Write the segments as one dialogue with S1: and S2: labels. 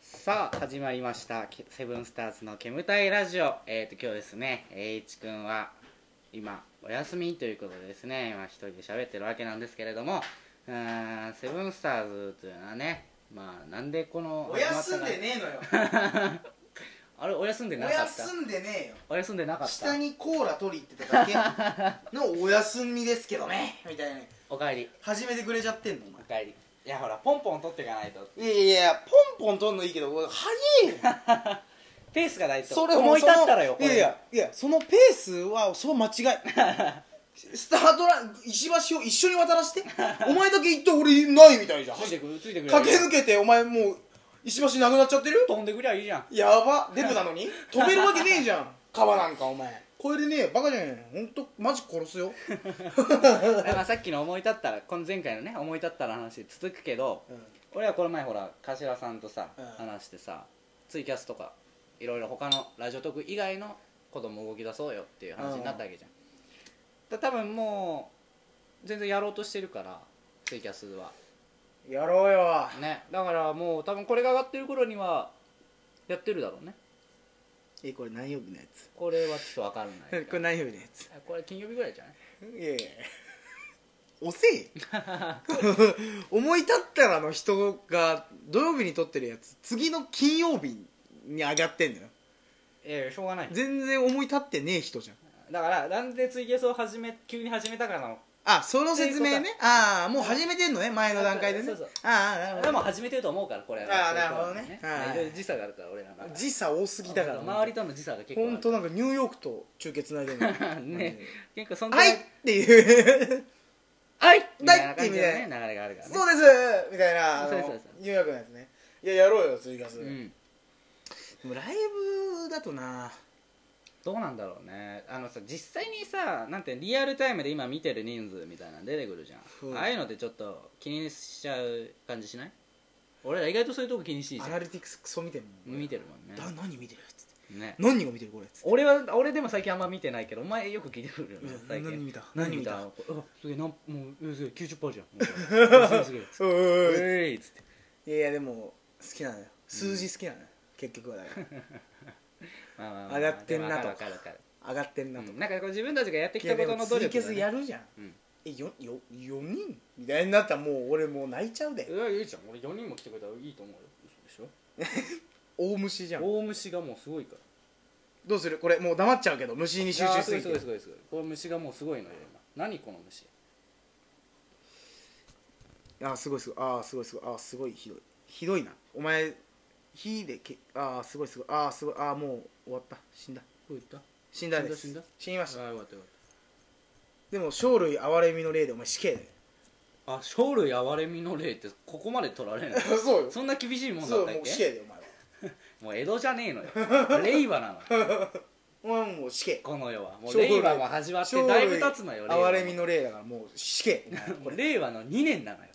S1: さあ始まりました「セブンスターズの煙たいラジオ」えー、と今日ですね栄一君は今お休みということでですね今一人で喋ってるわけなんですけれどもうーんセブンスターズというのはねまあなんでこの
S2: お休んでねえのよ
S1: あれお休んで
S2: お
S1: なかった
S2: 休んでねえよ
S1: お休んでなかっ
S2: 下
S1: た
S2: にコーラ取り行ってただけのお休みですけどねみたいな
S1: おかえり
S2: 始めてくれちゃってんのお
S1: おかえりいやほらポンポン取っていかないと
S2: 前いやいやいやポンポン取んのいいけど俺早えよ
S1: ペースがないと
S2: それ
S1: 思い立ったらよ
S2: そのいやいやいやそのペースはそう間違いスタートライン石橋を一緒に渡らしてお前だけ行って俺ないみたいじゃん
S1: これついてくるついてくる
S2: 駆け抜けてお前もう石橋なくなっちゃってる
S1: 飛んでくりゃいいじゃん
S2: やばデブなのに飛べるわけねえじゃん川なんかお前これでねえよバカじゃねえよほんとマジ殺すよ
S1: だからさっきの思い立ったらこの前回のね思い立ったら話続くけど俺はこの前ほら柏さんとさ、
S2: うん
S1: 話してさツイキャスとかいろいろ他のラジオトーク以外のことも動き出そうよっていう話になったわけじゃん、だ多分もう全然やろうとしてるからツイキャスは
S2: やろうよ
S1: ねだからもう多分これが上がってる頃にはやってるだろうね
S2: えこれ何曜日のやつ
S1: これはちょっと分かんない
S2: これ何曜日のやつ
S1: これ金曜日ぐらいじゃない
S2: いやいや遅え よ思い立ったらの人が土曜日に撮ってるやつ次の金曜日に上がってんのよ
S1: ええしょうがない
S2: 全然思い立ってねえ人じゃん
S1: だからなんでツイキャスを始め急に始めたかなの
S2: あその説明ねああもう始めてんのね前の段階でね
S1: そうそう
S2: ああなるほど
S1: でも始めてると思うからこれ
S2: あーなるほどねはい
S1: いろいろ時差があるから俺らの中で
S2: 時差多すぎだから
S1: 周りとの時差が結構ある
S2: 本当なんかニューヨークと中継つないでるの
S1: ね結構そんな
S2: はいっていう
S1: はいみ
S2: な
S1: た
S2: い
S1: いな感じの
S2: って
S1: ね
S2: み
S1: 流れがあるからね
S2: そうですみたいなあの
S1: そうそうそう
S2: ニューヨークのやつねいややろうよ追加す
S1: う
S2: る、
S1: ん
S2: でもライブだとな
S1: どうなんだろうねあのさ実際にさなんてリアルタイムで今見てる人数みたいなの出てくるじゃ
S2: うん
S1: んああいうのってちょっと気にしちゃう感じしない俺ら意外とそういうとこ気にしい
S2: ア
S1: じゃ
S2: ナ
S1: ん
S2: リティクスクソ見てるもん
S1: 見てるもん
S2: だ
S1: ね
S2: 何見てるっつって
S1: ね
S2: 何が見てるこれっつって
S1: 俺は俺でも最近あんま見てないけどお前よく聞いてくるよね
S2: うん
S1: 最近
S2: 何見た
S1: 何見た
S2: 何
S1: あすげえなんもうすげえ90%じ ゃんすげえすげえ
S2: うー
S1: えいっつって
S2: いやいやでも好きなのよ数字好きなのよ、結局はだから
S1: まあまあまあ
S2: 上がってんなと
S1: でもわかるわかる
S2: 上がってん
S1: わ
S2: な
S1: か
S2: と、
S1: るなんかこう自分たちがやって
S2: い
S1: き
S2: や
S1: たこ
S2: で
S1: と
S2: も
S1: の努
S2: ツイ
S1: 力
S2: キャ
S1: だ
S2: ス
S1: ね
S2: やるじゃん、
S1: うん
S2: えよよ4人みたいになったらもう俺もう泣いちゃうで
S1: うわいいじゃん俺4人も来てくれたらいいと思うよ嘘でし
S2: 大虫じゃん
S1: ょ大虫がもうすごいから
S2: どうするこれもう黙っちゃうけど虫に集
S1: いや
S2: 中
S1: ー
S2: すぎ
S1: すごい
S2: て
S1: すごいすごいすごいこの虫がもうすごいのよ今何この虫
S2: あーすごいすごいあーすごいすごいあーすごいひどいひどいなお前火でけあーすごいすごいあーすごいあーもう終わった死んだ
S1: こういったあ
S2: 死んだです
S1: 死んだ死んだ
S2: にま
S1: あ
S2: し
S1: ー
S2: た
S1: よかったよかっ
S2: でも生類憐れみの霊でお前死刑だよ
S1: たあ生類憐れみの霊ってここまで取られない
S2: そうよ
S1: そんな厳しいもんだったっけ
S2: だよお
S1: もう江戸じゃねえのよ 令和なの
S2: 前はお前はもう死刑
S1: この世はもう
S2: 生類
S1: 令和も始まってだいぶ経つのよ
S2: 生類憐れみ
S1: の
S2: の霊だからもう死刑
S1: 令和の2年な のよ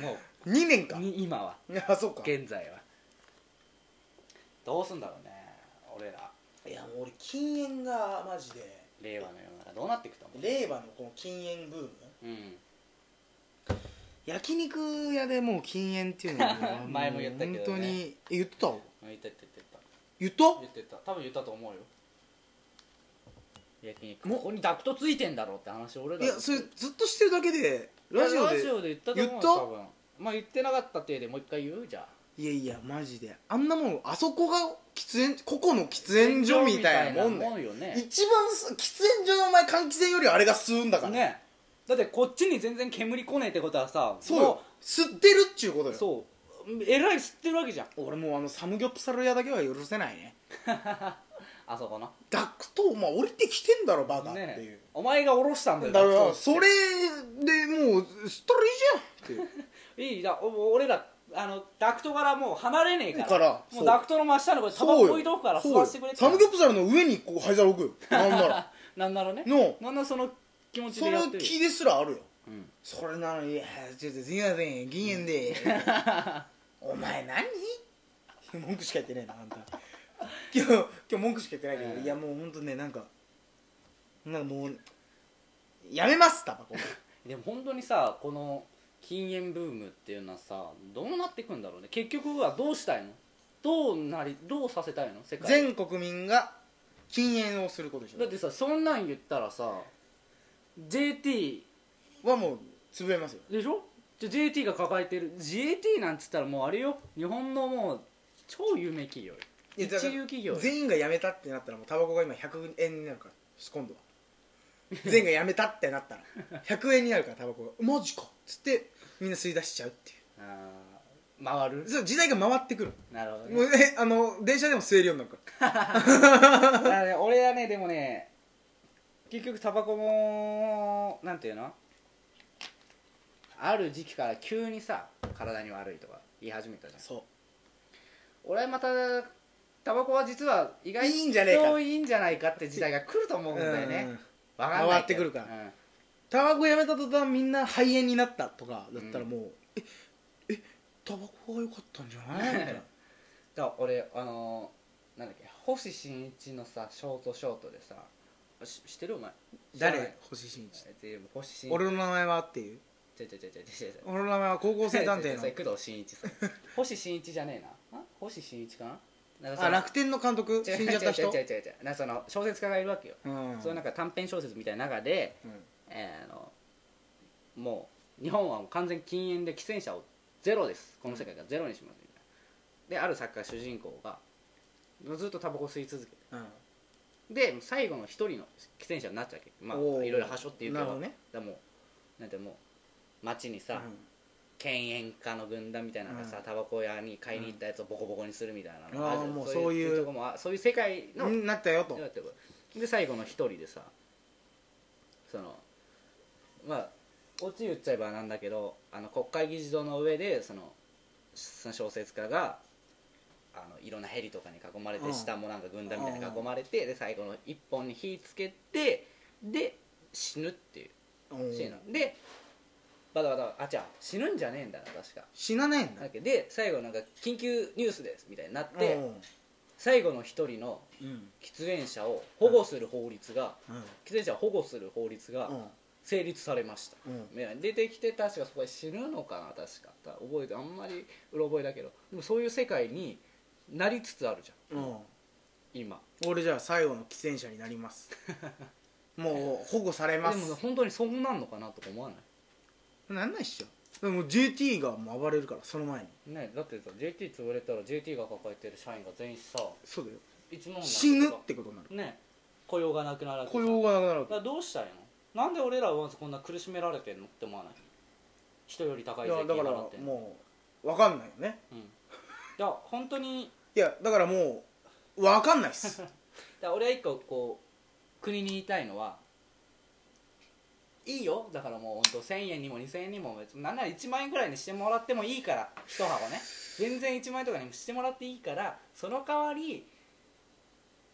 S1: も
S2: 2年か
S1: うに今は
S2: あそうか
S1: 現在はどうすんだろうね俺ら
S2: いやもう俺禁煙がマジで
S1: 令和の世の中どうなっていくと思
S2: 令和のこの禁煙ブーム
S1: う、うん、
S2: 焼肉屋でもう禁煙っていうのはも う
S1: 前も言ったけどね
S2: 本当にえ言ってた
S1: 言って言って言った
S2: 言った
S1: 言ってた多分言ったと思うよ焼肉ここにダクトついてんだろうって話俺ら
S2: いやそれずっとしてるだけでラジオで
S1: ラジオで言ったと思う
S2: 言
S1: よ
S2: った
S1: 多分まあ言ってなかったってでもう一回言うじゃあ
S2: いやいやマジであんなもんあそこが喫煙個々の喫煙所みたいなもんだよ
S1: よね
S2: 一番す喫煙所のお前換気扇よりあれが吸うんだから
S1: ねだってこっちに全然煙来ねえってことはさ
S2: そうよ吸ってるっちゅうこと
S1: もう
S2: よ
S1: そうえらい吸ってるわけじゃん
S2: 俺もうあのサムギョプサル屋だけは許せないね
S1: あそこの
S2: ダクトお前降りてきてんだろバカっていう、
S1: ねお前がおろしたんだよ
S2: だか
S1: ダク
S2: ら
S1: ト
S2: それでもう吸ったらいいじゃんっていう
S1: いいだお俺らあのダクトからもう離れねえから
S2: からそ
S1: も
S2: う
S1: うダクトの真下のこれタバコ置いとくから吸わせてくれって
S2: そうよサムギョプサルの上にこう灰皿置くよなんなら
S1: なんならね
S2: の
S1: なんならその気持ち
S2: そ
S1: でやっ
S2: の
S1: てる
S2: 気ですらあるよ
S1: うん
S2: それなのにいやちょっとすいません銀円でお前何文句しか言ってないなあんた今日今日文句しか言ってないけど、
S1: うん
S2: いやもう本当ねなんかなんかもうやめますタバコ
S1: でも本当にさこの禁煙ブームっていうのはさどうなっていくんだろうね結局はどうしたいのどうなりどうさせたいの世界
S2: 全国民が禁煙をすることでし
S1: だってさそんなん言ったらさ JT
S2: ょはもう潰れますよ
S1: でしょじゃ JT が抱えてる JT なんつったらもうあれよ日本のもう超有名企業よ
S2: い
S1: 一
S2: やだから
S1: 流企業よ
S2: 全員がやめたってなったらもうタバコが今100円になるから今度は全員がやめたってなったら100円になるからタバコがマジかっつってみんな吸い出しちゃうってい
S1: あー回る
S2: うそう時代が回ってくる
S1: なるほど
S2: も
S1: ね
S2: うえあの電車でも吸えるようになるから
S1: だからね俺はねでもね結局タバコもなんていうのある時期から急にさ体に悪いとか言い始めたじゃん
S2: そ
S1: 俺はまたタバコは実は意外
S2: いいんじゃねえか
S1: といいんじゃないかって時代が来ると思うんだよねわかんないけど
S2: 回ってくるから
S1: うん
S2: タバコやめた途端みんな肺炎になったとかだったらもう、ええタバコが良かったんじゃ ないみたいな
S1: だから俺あのーなんだっけ星新一のさショートショートでさし知ってるお前知らな
S2: 誰
S1: い
S2: 星新一
S1: えで星新一
S2: 俺の名前はっていう
S1: ちょちょちょちょちょちょ
S2: 俺の名前は高校生探 偵
S1: それ
S2: の
S1: 工藤新一さん星新一じゃねえなあ星新一かななんかそ
S2: あ
S1: の
S2: 楽天の監督
S1: 違
S2: 死
S1: うん
S2: じゃった人
S1: 違う違う違う違う違うなんかその小説家がいるわけよ、
S2: うん
S1: そのなんか短編小説みたいな中で、
S2: うん
S1: えーあのもう日本はもう完全禁煙で喫煙者をゼロですこの世界がゼロにしますみたいなである作家主人公がずっとタバコ吸い続けて
S2: うん
S1: で最後の一人の喫煙者になっちゃうわけま
S2: お
S1: あ
S2: ー
S1: いろいろ端折って言うけ
S2: なる
S1: ど
S2: ほどね
S1: だからもうなんてもう街にさ、
S2: うん
S1: 犬猿家の軍団みたいなのがさ、
S2: うん
S1: タバコ屋に買いに行ったやつをボコボコにするみたいなの
S2: あ
S1: るじ
S2: ー
S1: ゃん
S2: もうそういう
S1: とこもあそういう世界の
S2: うんなったよと
S1: だってで最後の一人でさそのまあオチ言っちゃえばなんだけどあの国会議事堂の上でそのその小説家があのいろんなヘリとかに囲まれて、
S2: うん
S1: 下もなんか軍団みたいに囲まれて、で最後の一本に火つけてで死ぬっていうシーンなのでバタバタあ違う死ぬんじゃねえんだな確か
S2: 死なないんだ
S1: だっけで最後なんか緊急ニュースですみたいになって、
S2: うん
S1: 最後の一人の
S2: うん
S1: 喫煙者を保護する法律が、
S2: うん
S1: 喫煙者を保護する法律が成立されました、
S2: うん
S1: ね出てきて確かそこで死ぬのかな確か覚えてあんまりうろ覚えだけどでもそういう世界になりつつあるじゃ、
S2: うんん
S1: 今
S2: 俺じゃあ最後の喫煙者になります もう保護され
S1: で
S2: ま
S1: も
S2: す
S1: 本当にそうなんのかなとか思わない
S2: なんないっしょでも JT がもう暴れるからその前に
S1: ねだってさ JT 潰れたら JT が抱えてる社員が全員さ
S2: そうだよ
S1: いつの間にか
S2: 死ぬってことになる
S1: ね雇用がなくなら
S2: 雇用がなくなるわ
S1: だからどうしたいのなんで俺らはまずこんな苦しめられてんのって思わない人より高
S2: け
S1: い
S2: い
S1: 税
S2: や
S1: 金
S2: だから
S1: 払ってんの
S2: もう分かんないよね
S1: うん、だから本当に
S2: いやだからもう分かんないっ す
S1: だから俺は一個こう国に言いたいのはいいよだからもう本当1000円にも2000円にも別になんなら1万円ぐらいにしてもらってもいいから一箱ね全然1万円とかにもしてもらっていいからその代わり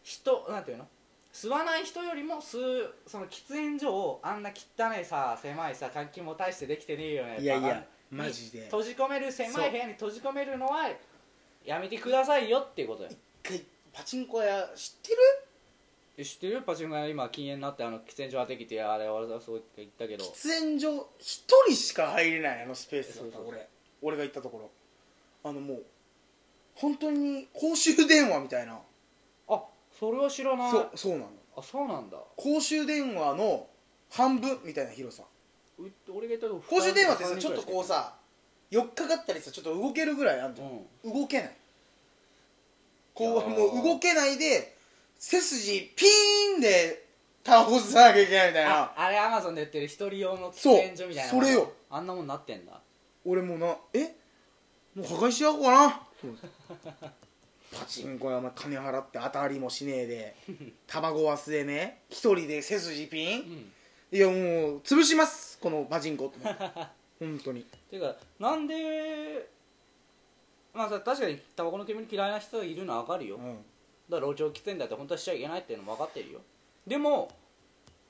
S1: 人なんていうの吸わない人よりも吸うその喫煙所をあんな汚いさ狭いさ換気も大してできてねえよね
S2: いやい
S1: バカ
S2: やマジで
S1: 閉じ込める狭い部屋に閉じ込めるのはやめてくださいよっていうことだよ
S2: パチンコ屋知ってる
S1: え知ってるパチンコ屋今禁煙になってあの喫煙所当てきてあれ俺はそう言ったけど
S2: 喫煙所一人しか入れないあのスペースだった
S1: そうそう
S2: 俺俺が行ったところあのもう本当に公衆電話みたいな
S1: あそれは知らない
S2: そうそうなの
S1: あそうなんだ
S2: 公衆電話の半分みたいな広さ
S1: う俺が言ったとこ
S2: 公衆電話ってさちょっとこうさよっかかったりさちょっと動けるぐらいあんじ
S1: う
S2: ゃん、
S1: ん
S2: 動けないこ
S1: いうやー
S2: もう動けないで背筋ピーンで倒さなきゃいけないみたい
S1: あ
S2: な
S1: あれアマゾンで売ってる一人用の喫
S2: そう
S1: 煙所みたいな
S2: それよ
S1: あんなもんなってんだ
S2: 俺もうなえもう破壊しようかなパチンコ屋お前金払って当たりもしねえでタバコ忘れね一人で背筋ピ
S1: う
S2: ン
S1: ん
S2: いやもう潰しますこのパチンコって本当に
S1: ていうかなんでまあさ確かにタバコの煙嫌いな人がいるのは分かるよ、
S2: う
S1: だか
S2: ん
S1: ら路上喫煙だって本当はしちゃいけないっていうのも分かってるよでも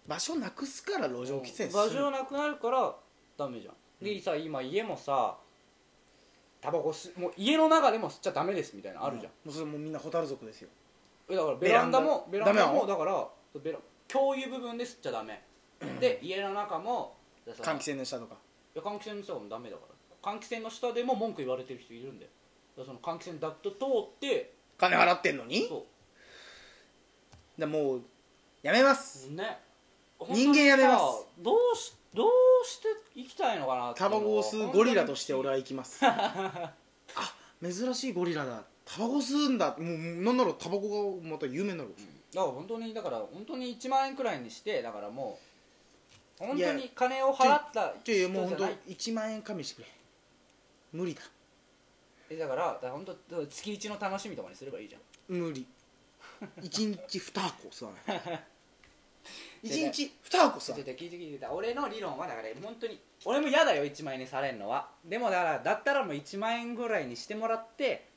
S2: 場所なくすから路上喫煙す
S1: 場所
S2: る
S1: なくなるからダメじゃんでさ今家もさタバコ吸もう家の中でも吸っちゃダメですみたいなのあるじゃん、
S2: うんもうそれもうみんな蛍族ですよ
S1: えだからベランダもベラ
S2: ベラ
S1: ン
S2: ンダ
S1: ダも
S2: ダメ
S1: だからベラ共有部分で吸っちゃダメで家の中も
S2: 換
S1: 扇
S2: 気扇の下とか
S1: や換気扇の下はもうダメだから換気扇の下でも文句言われてる人いるんだよだからその換気扇だっと通って
S2: 金払ってんのに
S1: そ
S2: だもうやめます
S1: うね
S2: 人間やめます
S1: 本当にさどうしどうして生きたいのかなってい
S2: タ
S1: うのは
S2: バコを吸うゴリラとして俺は行きます あ珍しいゴリラだタバコ吸うんだもうなんならタバコがまた有名になる
S1: だから本当にだから本当に1万円くらいにしてだからもう本
S2: いや
S1: 当に金を払った
S2: ちょい
S1: 人
S2: やもう
S1: じ
S2: 本
S1: ゃない
S2: 当一1万円加味してくれ無理だ
S1: えだからだから本当月一の楽しみとかにすればいいじゃん
S2: 無理一日2箱吸わ ない一
S1: でね
S2: 日2箱吸
S1: ちょちょ
S2: わない
S1: ちょ聞いて聞いてた俺の理論はだから本当に俺も嫌だよ1万円にされんのはでもだからだったらもう1万円ぐらいにしてもらって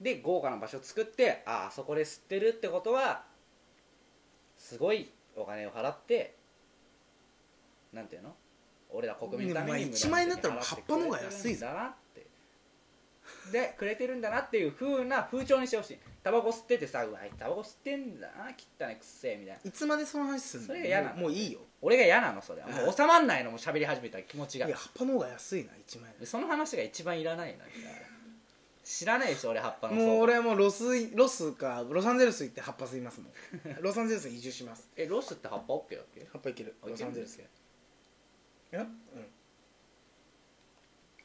S1: で豪華な場所作ってああそこで吸ってるってことはすごいお金を払ってなんていうの俺ら国民のために
S2: ねまあ1万円だったらもう葉っぱの方が安いぞ
S1: だなってでくれてるんだなっていう風な風潮にしてほしいタバコ吸っててさうわタバコ吸ってんだな汚いくっせえみたいない
S2: つまでその話すんの
S1: それが嫌なの
S2: もうもういいよ
S1: 俺が嫌なのそれはもう収まんないのもう喋り始めたら気持ち
S2: い
S1: が
S2: や葉っぱの方が安いな1万
S1: その話が一番いらないなみたいな知らないし俺葉っぱ
S2: 円
S1: の相場
S2: もう俺はもうロスロスかロサンゼルス行って葉っぱ吸いますもんロサンゼルスに移住します
S1: えロスって葉っぱ OK だっけ
S2: 葉っぱいけるロサンゼルス
S1: い
S2: いや,、うん、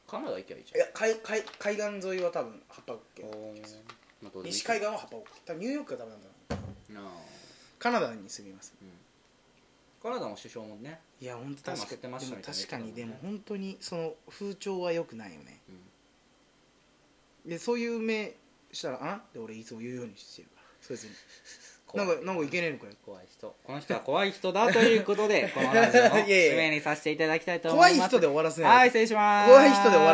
S1: カナダ行けばいい
S2: い
S1: じ
S2: や海海海岸沿いは多分葉っぱ OK
S1: ゃんおーまあどうでもいい
S2: 西海岸は葉っぱ OK 多分ニューヨークがダメなんだろう
S1: なあ
S2: カナダに住みます
S1: カナダの首相もね
S2: いや本当
S1: タマ
S2: 確
S1: 吸って
S2: かに
S1: まし
S2: で
S1: た
S2: も
S1: みたいな
S2: 確かにでも
S1: ね
S2: 本当にその風潮は良くないよね
S1: うん、
S2: でそういう目したら「あん?」って俺いつも言うようにしてるからそいつに
S1: 怖
S2: なん
S1: い
S2: かなんかいけねえのかよ
S1: 怖い人この人は怖い人だということでこのラジオの
S2: いやいや
S1: 締めにさせていただきたいと思いま
S2: 怖
S1: す
S2: い人で終わらせない
S1: はい失礼します
S2: 怖い人で終わら